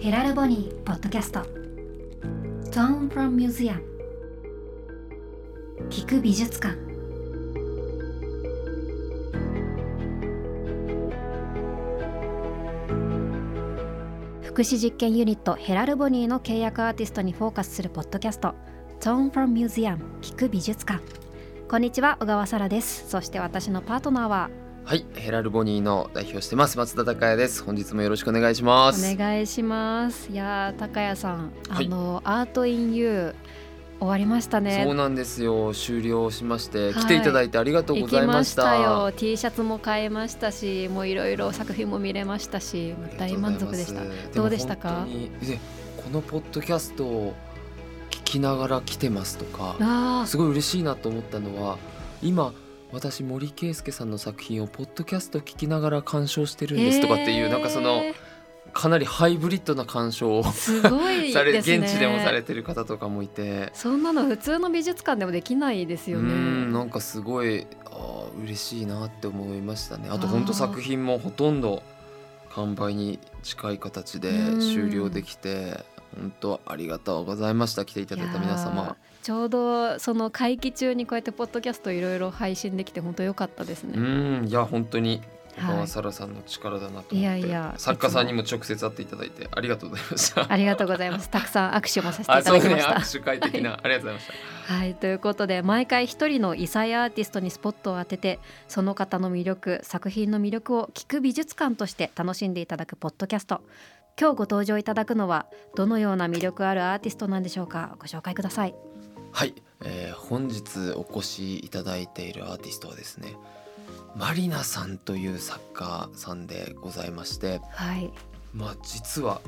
ヘラルボニーポッドキャスト Tone from Museum 聞く美術館福祉実験ユニットヘラルボニーの契約アーティストにフォーカスするポッドキャスト Tone from Museum 聞く美術館こんにちは小川沙羅ですそして私のパートナーははい、ヘラルボニーの代表してます松田孝也です。本日もよろしくお願いしまおす。願いします。いやー高谷さん、はいあのアートインユー終わりましたね。そうなんですよ。終了しまして、はい来ていただいてありがとう行ござきいままし。したたよ。T シャツも買えましたし、もういろいろ作品も見れましたし、あり大が満とう足でございましすた。もどうでしたか本当にでこのポッドキャストを聞きながら来てますとか、あすごい嬉しいなと思ったのは、今私森圭介さんの作品をポッドキャスト聞きながら鑑賞してるんですとかっていう、なんかそのかなりハイブリッドな鑑賞をすごいされですね。現地でもされてる方とかもいて。そんなの普通の美術館でもできないですようーんなね。んかすごいあー嬉しいなって思いましたねああーと本当作品もほとんど完売に近い形でうん終了できて本当ありがとうございました来ていただいた皆いやー様ちょうどその会期中にこうやってポッドキャストいろいろ配信できて本当良かったですうね。ーんいや本当に小は川い沙羅さんの力だなと思って、いやいや作家さんにも直接会っていただいてありがとうございましたありがとうございます。たくさん握手もさせていただあきそうまねした。握手会的な、ありがとうございましたはいということで毎回一人の異彩アーティストにスポットを当ててその方の魅力作品の魅力を聞く美術館として楽しんでいただくポッドキャスト今日ご登場いただくのはどのような魅力あるアーティストなんでしょうかご紹介くださいはい、えー本日お越しいただいているアーティストはですねマリナさんという作家さんでございましてはいまあ実は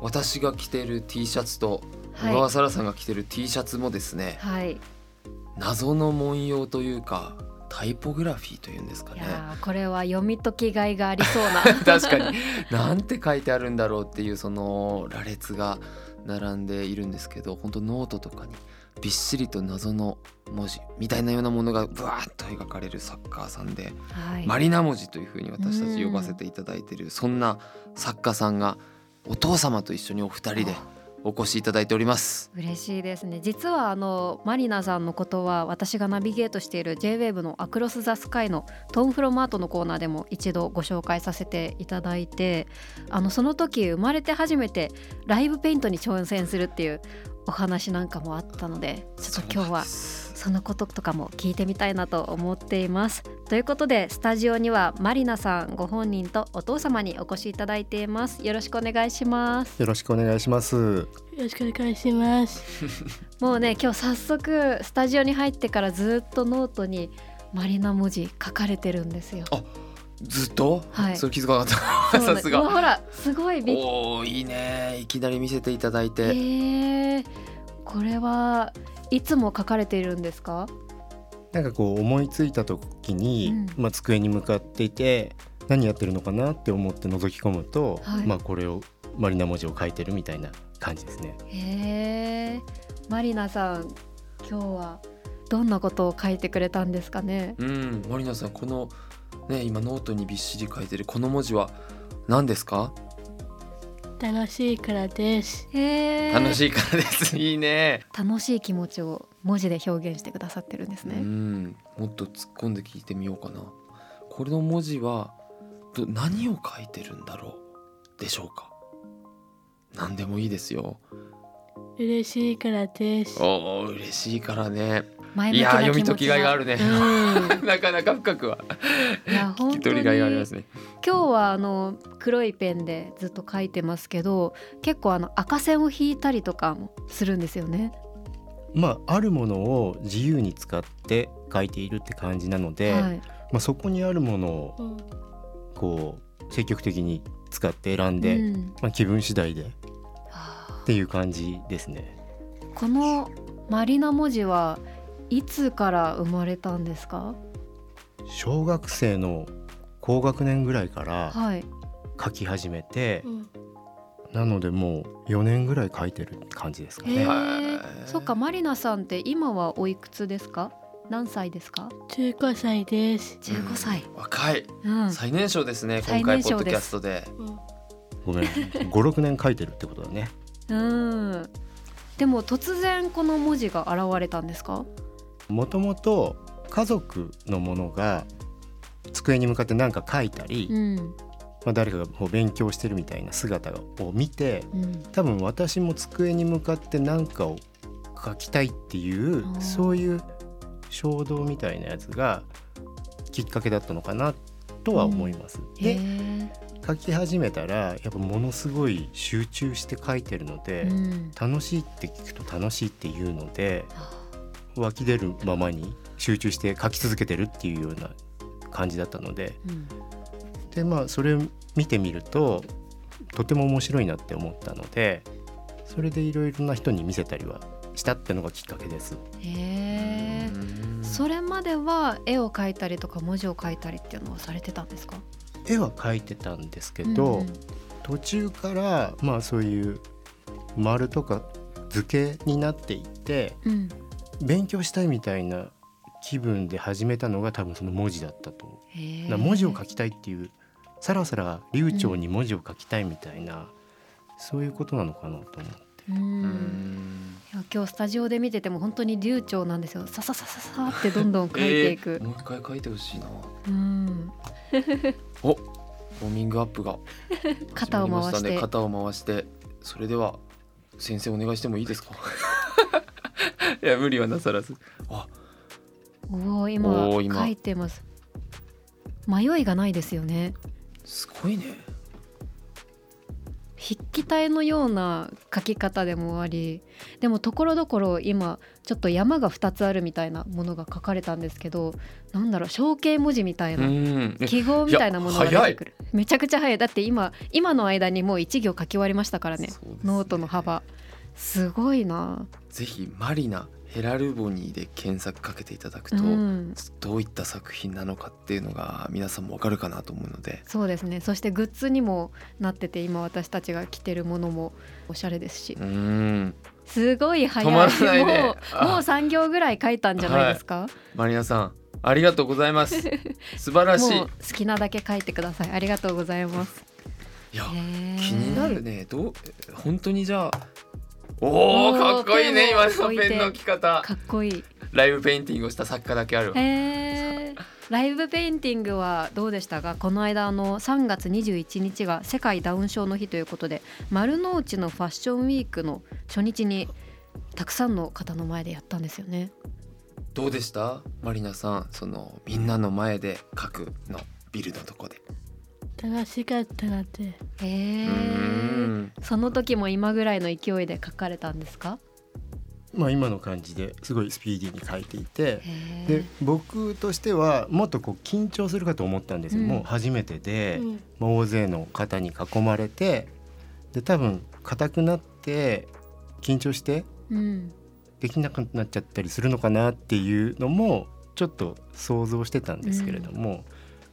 私が着てる T シャツと小は川い沙羅さんが着てる T シャツもですね、はい謎の文様というかタイポグラフィーというんですかいねやーこれは読み解きがいがあり そうな確かになんて書いてあるんだろうっていうその羅列が並んでいるんですけど本当ノートとかにびっしりと謎の文字みたいなようなものがブワーッと描かれる作家さんで、はいマリナ文字というふうに私たち呼ばせていただいているそんな作家さんがお父様と一緒にお二人でお越しいただいております。嬉しいですね実はあのマリナさんのことは私がナビゲートしている JWAVE の「アクロス・ザ・スカイ」の「トーン・フロマート」のコーナーでも一度ご紹介させていただいてあのその時生まれて初めてライブペイントに挑戦するっていうお話なんかもあったのでちょっと今日はそうそのこととかも聞いてみたいなと思っています。ということでスタジオにはマリナさんご本人とお父様にお越しいただいています。よろしくお願いします。よろしくお願いします。よろしくお願いします。もうね今日早速スタジオに入ってからずっとノートにマリナ文字書かれてるんですよ。なんですずっと、はいそれ気づかなかったそう さねすうわがほらすごいびっくおおいいねいきなり見せていただいて、り。えーこれはいつも書かれているんですか？なんかこう思いついた時に、うんまあ机に向かっていて何やってるのかなって思って覗き込むと、はいまあこれをマリナ文字を書いてるみたいな感じですね。えー、マリナさん今日はどんなことを書いてくれたんですかね？うん、マリナさん、この、ね、今ノートにびっしり書いてるこの文字は何ですか、楽しいからです。えー、楽しいからです。 いいね。楽しい気持ちを文字で表現してくださってるんですうね。ん、もっと突っ込んで聞いてみようかな。これの文字は、ど何を書いてるんだろうでしょうか何でもいいですよ。嬉しいからです。おお、嬉しいからね。前向いきやなー、気持ち読み解きがいがあるね。うなかなか深くは、いや 聞本き当取にりがいがありますね。今日はあの黒いペンでずっと書いてますけど結構あの赤線を引いたりとかもするんですよね。まああるものを自由に使って書いているって感じなので、はい、まあそこにあるものをうんこう積極的に使って選んで、うんまあ気分次第でっはあていう感じですね。このマリナ文字はいつから生まれたんですか？小学生の高学年ぐらいからはい。書き始めてう、んなのでもう4年ぐらい書いてる感じですかへえね。はいそっかマリナさんって今はおいくつですか？何歳ですか？中高歳です。十五歳。若い。うん。最年少ですね、最今回年ポッ少ドですキャストで。うんごめん56年書いてるってことだねうんでも突然この文字が現れたんですかもともと家族のものが机に向かって何か書いたり、うんまあ、誰かがこう勉強してるみたいな姿を見てうん多分私も机に向かって何かを書きたいっていうあーそういう衝動みたいなやつがきっかけだったのかなとは思います。へでー書き始めたらやっぱものすごい集中して書いてるので、うん楽しいって聞くと楽しいって言うのであ湧き出るままに集中して書き続けてるっていうような感じだったのでうんでまあそれ見てみるととても面白いなって思ったのでそれでいろいろな人に見せたりはしたってのがきっかけです。へーそれまでは絵を描いたりとか文字を書いたりっていうのはされてたんですか絵は描いてたんですけど、うん途中からまあそういう丸とか図形になっていってうん勉強したいみたいな気分で始めたのが多分その文字だったと思う。へーな文字を書きたいっていうさらさら流暢に文字を書きたいみたいな、そういうことなのかなと思うううんんいや今日スタジオで見てても本当に流暢なんですよさささささってどんどん書いていえくー、もう一回書いてほしいなうんおウォーミングアップが肩を回して始まりまたね肩を回してそれでは先生お願いしてもいいですか いや無理はなさらずあおおおー今今書いてます迷いがないですよねすごいね筆記体のような書き方でもありでもところどころ今ちょっと山が2つあるみたいなものが書かれたんですけどなんだろう象形文字みたいなうんえ記号みたいなものが出てくるめちゃくちゃ早いだって今今の間にもう1行書き終わりましたからねそうですねノートの幅すごいな、ぜひマリナヘラルボニーで検索かけていただくうと、ん、どういった作品なのかっていうのが皆さんもわかるかなと思うのでそうですねそしてグッズにもなってて今私たちが着てるものもおしゃれですしうんすごい早い止まらないねもうあもう3行ぐらい書いたんじゃないですか、マリナさんありがとうございます 素晴らしいもう好きなだけ書いてくださいありがとうございますいや気気にになるねどう本当にじゃあおおおーかっこいいねペンを今の置いてペンの置き方かっこいいライブペインティングをした作家だけあるわへーライブペインティングはどうでしたかこの間あの3月21日が世界ダウン症の日ということで丸の内のファッションウィークの初日にたくさんの方の前でやったんですよね。どうでしたマリナさんそのみんなの前で書くのビルのとこで楽しかったなってへうーんその時も今ぐらいの勢いで書かれたんですかまあ今の感じですごいスピーディーに書いていてへーで僕としてはもっとこう緊張するかと思ったんですよ、うんもう初めてで、うんまあ大勢の方に囲まれてで多分硬くなって緊張してうんできなくなっちゃったりするのかなっていうのもちょっと想像してたんですけれども、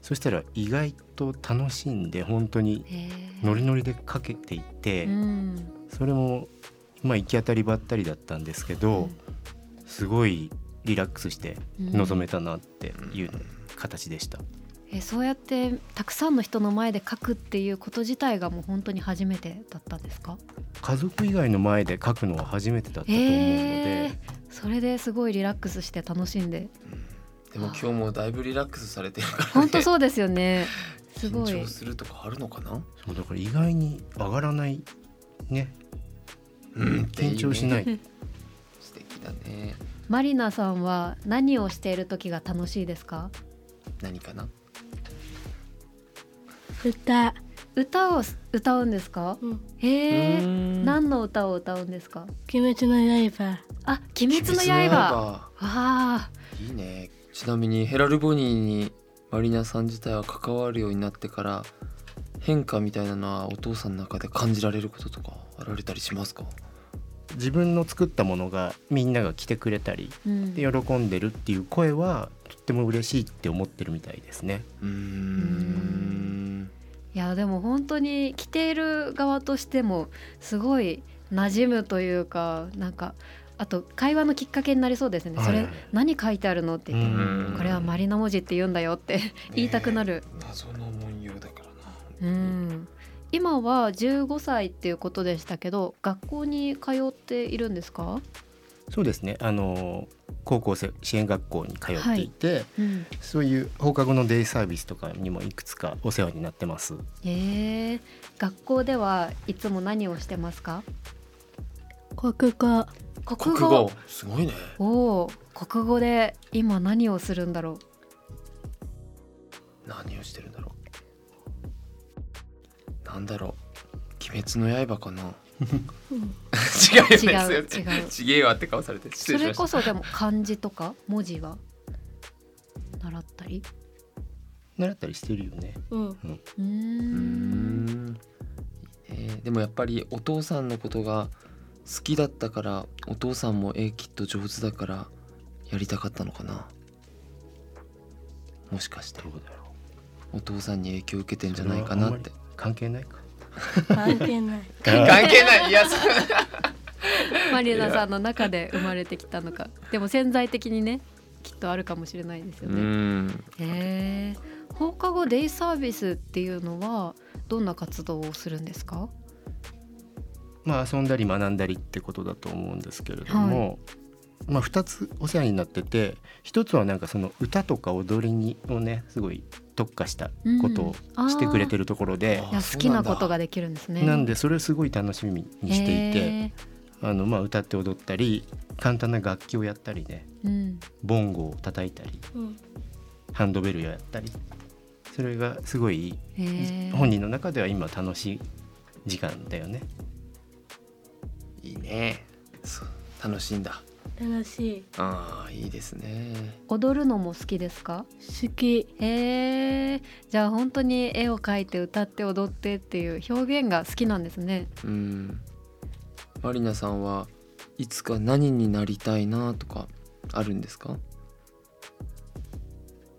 そしたら意外と楽しんで本当にへーノリノリでかけていって、うんそれもまあ行き当たりばったりだったんですけど、すごいリラックスしてうん臨めたなっていう形でした、えそうやってたくさんの人の前で書くっていうこと自体がもう本当に初めてだったんですか家族以外の前で書くのは初めてだったと思うので、えーそれですごいリラックスして楽しんででも今日もだいぶリラックスされてるからね本当そうですよねすご緊い張するとかあるのかなそうだから意外に上がらないねうん緊張しないいいね 素敵だねマリナさんは何をしている時が楽しいですか何かな歌歌を歌うんですかうんへえなん何の歌を歌うんですか鬼滅の刃あ鬼滅の刃わあいいねちなみにヘラルボニーにマリナさん自体は関わるようになってから変化みたいなのはお父さんの中で感じられることとかあられたりしますか自分の作ったものがみんなが来てくれたりうん喜んでるっていう声はとっても嬉しいって思ってるみたいですね。うーんいやでも本当に着ている側としてもすごい馴染むというかなんかあと会話のきっかけになりそうですね、はいそれ何書いてあるのって言って、うんこれはマリナ 文字って言うんだよって言いたくなる、謎の文様だからうん、今は15歳っていうことでしたけど学校に通っているんですか、そうですねあの高校生支援学校に通っていて、うん、そういう放課後のデイサービスとかにもいくつかお世話になってますえー、学校ではいつも何をしてますか国語国語すごいねおー国語で今何をするんだろう何をしてるんだろうなんだろう鬼滅の刃かな違うよね違うすいま違せんう ちげえわって顔されて失そ礼しれましたこそでも漢字とか文字は習ったり習ったりしてるよねうんうーうーんんえーでもやっぱりお父さんのことが好きだったからお父さんも絵きっと上手だからやりたかったのかなもしかしてどうだろお父さんに影響受けてんじゃないかなって う関係ないか関係ない関係ないいやそうマリナさんの中で生まれてきたのかでも潜在的にねきっとあるかもしれないですようね。んへえ放課後デイサービスっていうのはどんな活動をするんですかまあ遊んだり学んだりってことだと思うんですけれども、まあ2つお世話になってて1つはなんかその歌とか踊りにをねすごい特化したことをしてくれてるるところで、いや好きなことができるんですね。なんでそれをすごい楽しみにしていて、へあのまあ歌って踊ったり簡単な楽器をやったりねえうん、ボンゴを叩いたりうんハンドベルをやったりそれがすごいへえ本人の中では今楽しい時間だよね。いいねそう楽しいんだ楽しいあーいいですね踊るのも好きですか好きへえじゃあ本当に絵を描いて歌って踊ってっていう表現が好きなんですね。うんマリナさんはいつか何になりたいなとかあるんですか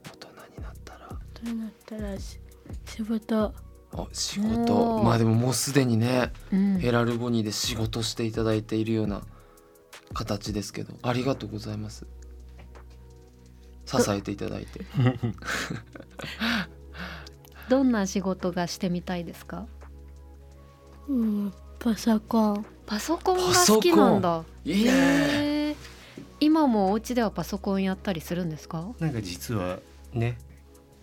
大人になったらどうなったらし仕事あ仕事おーまあでももうすでにねうんヘラルボニーで仕事していただいているような形ですけどありがとうございます支えていただいてどんな仕事がしてみたいですかうんパソコンパソコンが好きなんだ。いいねへえ今もお家ではパソコンやったりするんですかなんか実はね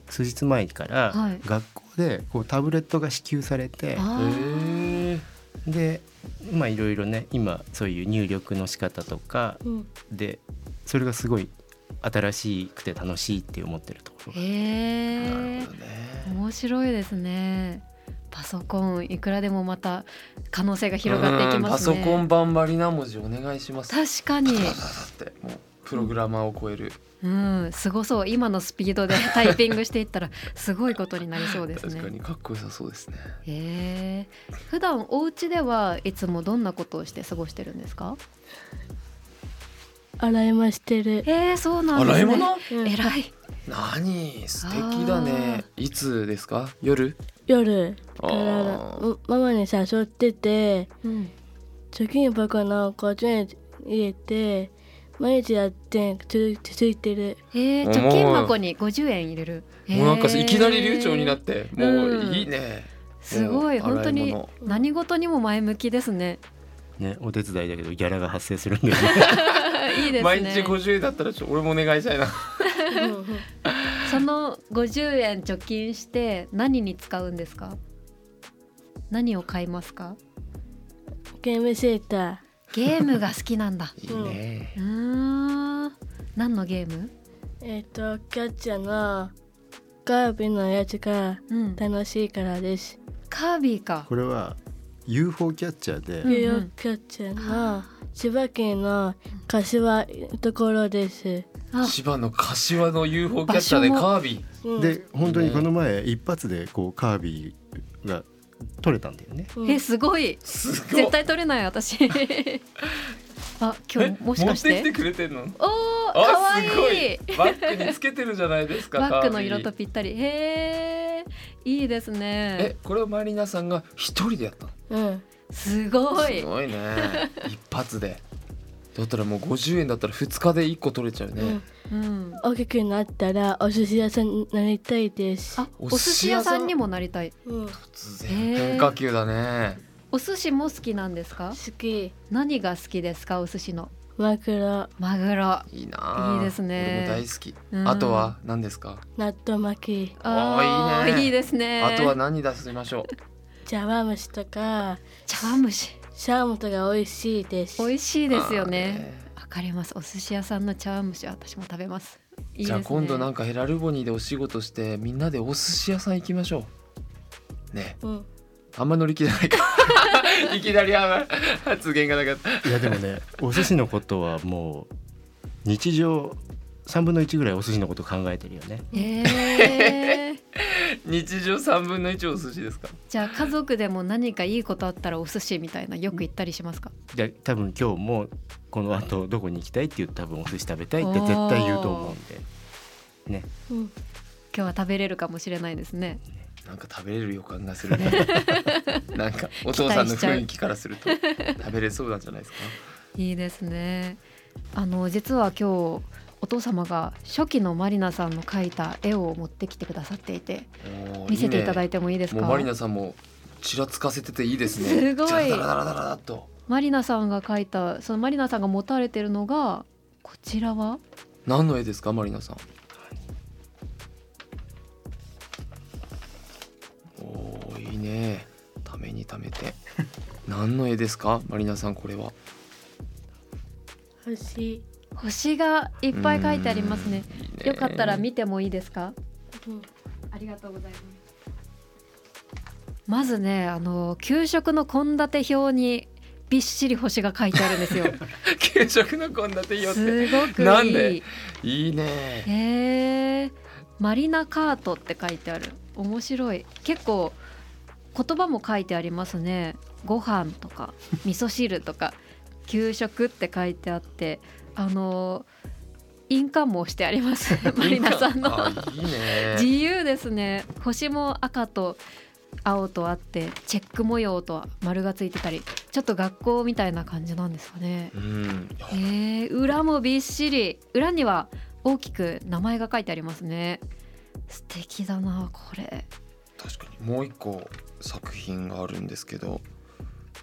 数日前からはい学校でこうタブレットが支給されて、あーえでまあいろいろね今そういう入力の仕方とかうんでそれがすごい新しくて楽しいって思ってるところがへーなえるほどね面白いですねパソコンいくらでもまた可能性が広がっていきますねうんパソコン版マリナ文字お願いします確かに、だってもうプログラマーを超える、うん、すごそう今のスピードでタイピングしていった らすごいことになりそうです確かねにかっこよさそうですねへえ普段お家ではいつもどんなことをして過ごしてるんですか洗いましてるへえそうなんですねうんえらい何素敵だねいつですか夜夜あだからーうママに誘っててうん貯金箱の50円入れて毎日やってつ続いてるへえおー貯金箱に50円入れるもうなんかいきなり流暢になっててもううんいいね、すごいもう本当洗いに物何事にも前向きです ねねお手伝いだけどギャラが発生するんだよねいいですね毎日50円だったらちょ俺もお願いしたいなその50円貯金して何に使うんですか何を買います かゲームセータゲームが好きなんだいいね、うーん何のゲームーえっ、とキャッチャーのカービィのやつがうん楽しいからですカービィか これは UFO キャッチャーでうんニューヨークキャッチャーの千葉県の柏ところですあ千葉の柏の UFO キャッチャーで場所もカービィうんで本当にこの前一発でこうカービィが取れたんだよね。うんえすごいすごい絶対取れない私あ今日えもしかし持っててきてくれてんのおおあかわいすごいいバッグにつけてるじゃないです かバッグのカ色ビィとぴったりへえいいですえねこれをマリナさんが一人でやったのうんすごいすごいね一発でだったらもう50円だったら2日で1個取れちゃうね、うんうん、大きくなったらお寿司屋さんになりたいです。あお寿司屋さんにもなりたいうん、好突へ然ー変化球だねお寿司も好きなんですかき。何が好きですかお寿司のマグロ、マグロ、いいなあいいですね俺も大好き、うんあとは何ですか納豆巻き、あーあーいいねいいですねあとは何出しましょ茶碗蒸しとか、茶碗蒸しシャーモンとか美味しいです。美味しいうですよあーねわかりますお寿司屋さんの茶碗蒸しは私も食べますいいです、ね、じゃあ今度なんかかヘラルボニーでお仕事してみんなでお寿司屋さん行きましょうねうん、あんま乗り気じ ゃないかいきなりあんま発言がなかったいやでも ねお寿司のことはもう日常3分の1ぐらいお寿司のこと考えてるよねえ ー日常3分の1お寿司ですかじゃあ家族でも何かいいことあったらお寿司みたいなよく行ったりしますかで多分今日もこの後どこに行きたいって言うと多分お寿司食べたいって絶対言うと思うんでうん、今日は食べれるかもしれないですねなんか食べれる予感がするね なんかお父さんの雰囲気からすると食べれそうなんじゃないですかいいですねあの実は今日お父様が初期のマリナさんの描いた絵を持ってきてくださっていて見せていただいててもいいですかもうマリナさんもちらつかせてていいですねすごいダラダラダラダラっとマリナさんが描いたそのマリナさんが持たれてるのがこちらは何の絵ですかマリナさんおーいいねためにためて何の絵ですかマリナさんこれは美味しい。星がいっぱい描いてありますねうんいいねよかったら見てもいいですかうん、ありがとうございますまずねあの給食の献立表にびっしり星が書いてあるんですよ 給食の献立よってすごくいいなんでいいねへえマリナカートって書いてある面白い結構言葉も書いてありますねご飯とか味噌汁とか 給食って書いてあってあの印鑑も押してあります マリナさんのあい自いね由ですね星も赤と青とあってチェック模様と丸がついてたりちょっと学校みたいな感じなんですかねうんへえ裏もびっしり裏には大きく名前が書いてありますね素敵だなこれ確かにもう一個作品があるんですけど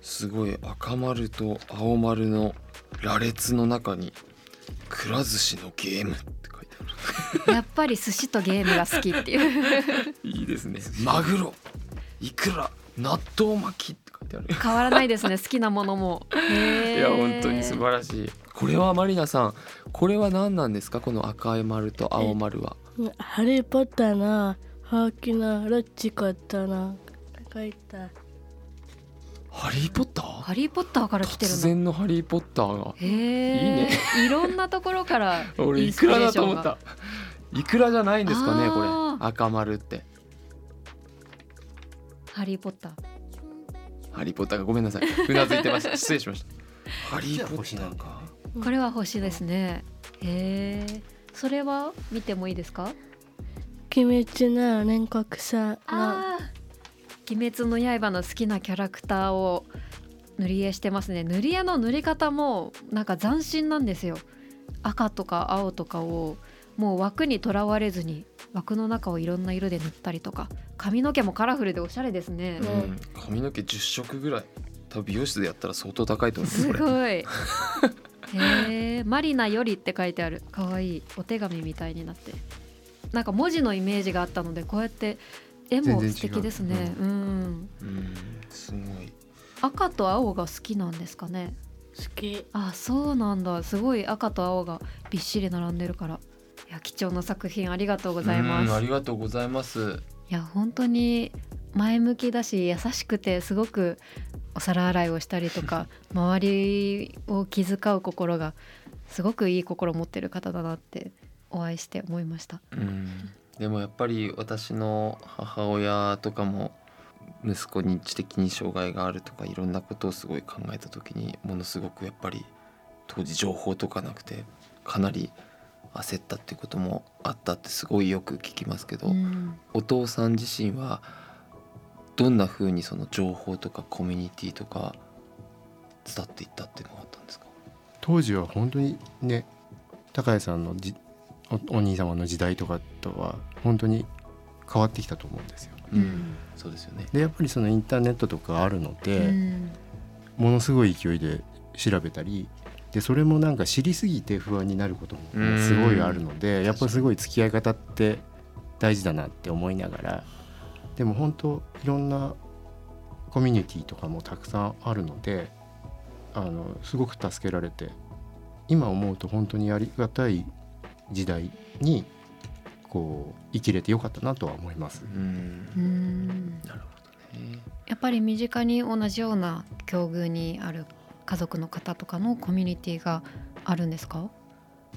すごい赤丸と青丸の羅列の中に「くら寿司のゲーム」って書いてあるやっぱり寿司とゲームが好きっていう いいですねマグロいくら納豆巻きって書いてある変わらないですね好きなものもいいや本当に素晴らしいこれはマリナさんこれは何なんですかこの赤い丸と青丸はハリーポッターのほうきのロッチコットの書いた。ハリーポッターハリー・ポッターから来て突るの然のハリーポッターがへえいいねいろんなところから 俺インいスピくレらーだショとン思がったいくらじゃないんですかねこあーれ赤丸ってハリー・ポッターハリー・ポッターがごめんなさい。うなずいて ました。失礼しました。ハリー・ポッ星タなんーかこれは星ですねへえそれは見てもいいですか鬼滅の煉獄さのあー鬼滅の刃の好きなキャラクターを塗り絵してますね塗り絵の塗り方もなんか斬新なんですよ赤とか青とかをもう枠にとらわれずに枠の中をいろんな色で塗ったりとか髪の毛もカラフルでおしゃれですねう、ん髪の毛10色ぐらい。多分美容室でやったら相当高いと思すうんですこれ。ごいへえマリナよりって書いてあるかわいいお手紙みたいになってなんか文字のイメージがあったのでこうやって絵も素敵ですね全然違うんうん、すごい。赤と青が好きなんですかね好き。あそうなんだすごい赤と青がびっしり並んでるからいや貴重な作品ありがとうごございますありがとうございます。いや本当に前向きだし優しくてすごくお皿洗いをしたりとか周りを気遣う心がすごくいい心を持ってる方だなってお会いして思いましたうん。でもやっぱり私の母親とかも息子に知的に障害があるとかいろんなことをすごい考えた時にものすごくやっぱり当時情報とかなくてかなり焦ったってこともあったってすごいよく聞きますけど、うんお父さん自身はどんな風にその情報とかコミュニティとか伝っていったっていうのがあったんですか当時は本当にね高谷さんのじおお兄様の時代とかとは本当に変わってきたと思うんですよ。うんそうですよねでやっぱりそのインターネットとかあるので、うんものすごい勢いで調べたりでそれもなんか知りすぎて不安になることもすごいあるのでやっぱすごい付き合い方って大事だなって思いながらでも本当いろんなコミュニティとかもたくさんあるのであのすごく助けられて今思うと本当にありがたい時代にこう生きれてよかったなとは思います。うんうんなるほどねやっぱり身近に同じような境遇にある家族の方とかのコミュニティがあるんですか、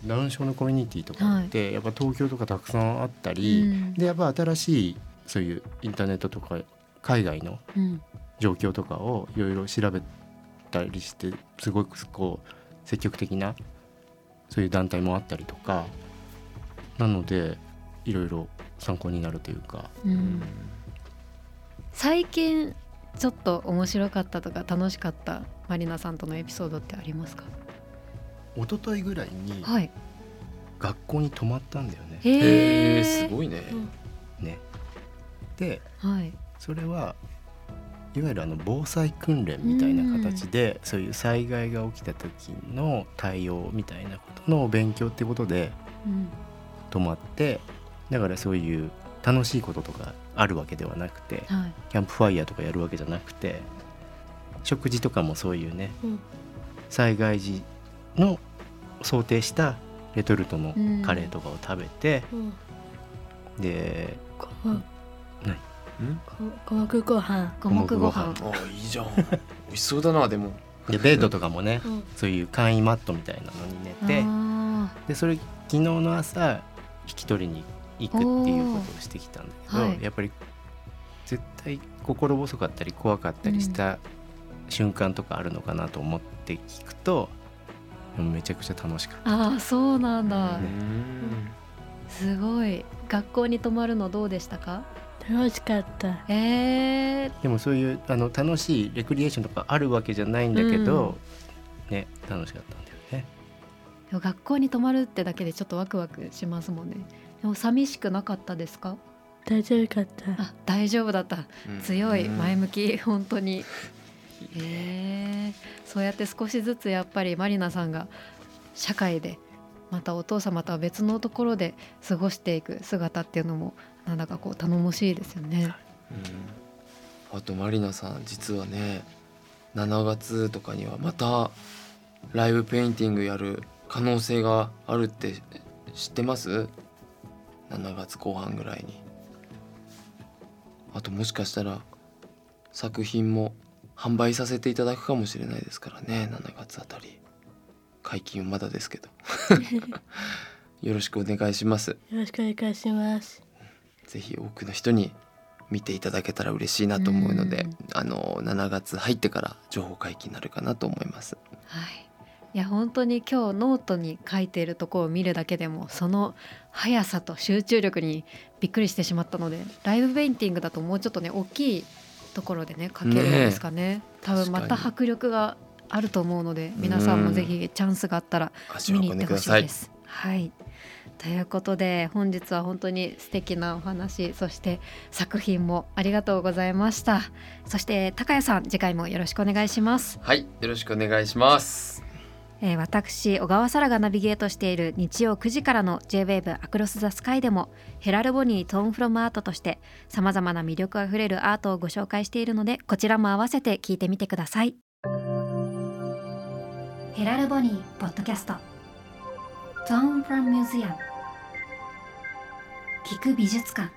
ダウン症のコミュニティとかって、やっぱ東京とかたくさんあったり、うんでやっぱ新しいそういうインターネットとか海外のうん状況とかをいろいろ調べたりしてすごくこう積極的なそういう団体もあったりとかなのでいろいろ参考になるというかううんん、最近ちょっと面白かったとか楽しかったマリナさんとのエピソードってありますか一昨日ぐらいにはい学校に泊まったんだよね。へえすいごいね、ねではいそれはいわゆるあの防災訓練みたいな形で、そういう災害が起きた時の対応みたいなことの勉強ってことでうん泊まってだからそういう楽しいこととかあるわけではなくてはいキャンプファイヤーとかやるわけじゃなくて食事とかもそういうねうん災害時の想定したレトルトのカレーとかを食べて、うんでご飯うん、ごごごご飯五目ご飯あーいいじゃん美味しそうだな でもでベッドとかもねうんそういう簡易マットみたいなのに寝て。あでそれ昨日の朝引き取りに行くっていうことをしてきたんだけど、おーはいやっぱり絶対心細かったり怖かったりした瞬間とかあるのかなと思って聞くと、でもめちゃくちゃ楽しかっーあーそうなんだ、うんすごい学校に泊まるのどうでしたか楽しかったえー、たでもそういうあの楽しいレクリエーションとかあるわけじゃないんだけど、ね楽しかったんだよね。でも学校に泊まるってだけでちょっとワクワクしますもんねでも寂しくなかったですか大丈夫かったあ大丈夫だったうん強い前うん向き 本当にえーそうやって少しずつやっぱりマリナさんが社会でまたお父様とは別のところで過ごしていく姿っていうのもなんだかこう頼もしいですよね。あとマリナさん実はね7月とかにはまたライブペインティングやる可能性があるって知ってます7月後半ぐらいにあともしかしたら作品も販売させていただくかもしれないですからね7月あたり解禁はまだですけどよろしくお願いしますよろしくお願いしますぜひ多くの人に見ていただけたら嬉しいなと思うので、うんあの7月入ってから情報解禁になるかなと思います。はいいや本当に今日ノートに書いているところを見るだけでもその速さと集中力にびっくりしてしまったのでライブペインティングだともうちょっとね大きいところでね書けるんですかね多分また確迫力があると思うので皆さんもぜひチャンスがあったら足を見に行運んってでくほだしさいいで。す。はいということで本日は本当に素敵なお話そして作品もありがとうございましたそして高谷さん次回もよろしくお願いしますはい、よろしくお願いします。えー私小川沙羅がナビゲートしている日曜9時からの J-WAVE アクロス・ザ・スカイでもヘラルボニー・トーン・フロム・アートとしてさまざまな魅力あふれるアートをご紹介しているのでこちらも合わせて聞いてみてくださいヘラルボニー・ポッドキャストトーン・フロム・ミュージアム聞く美術館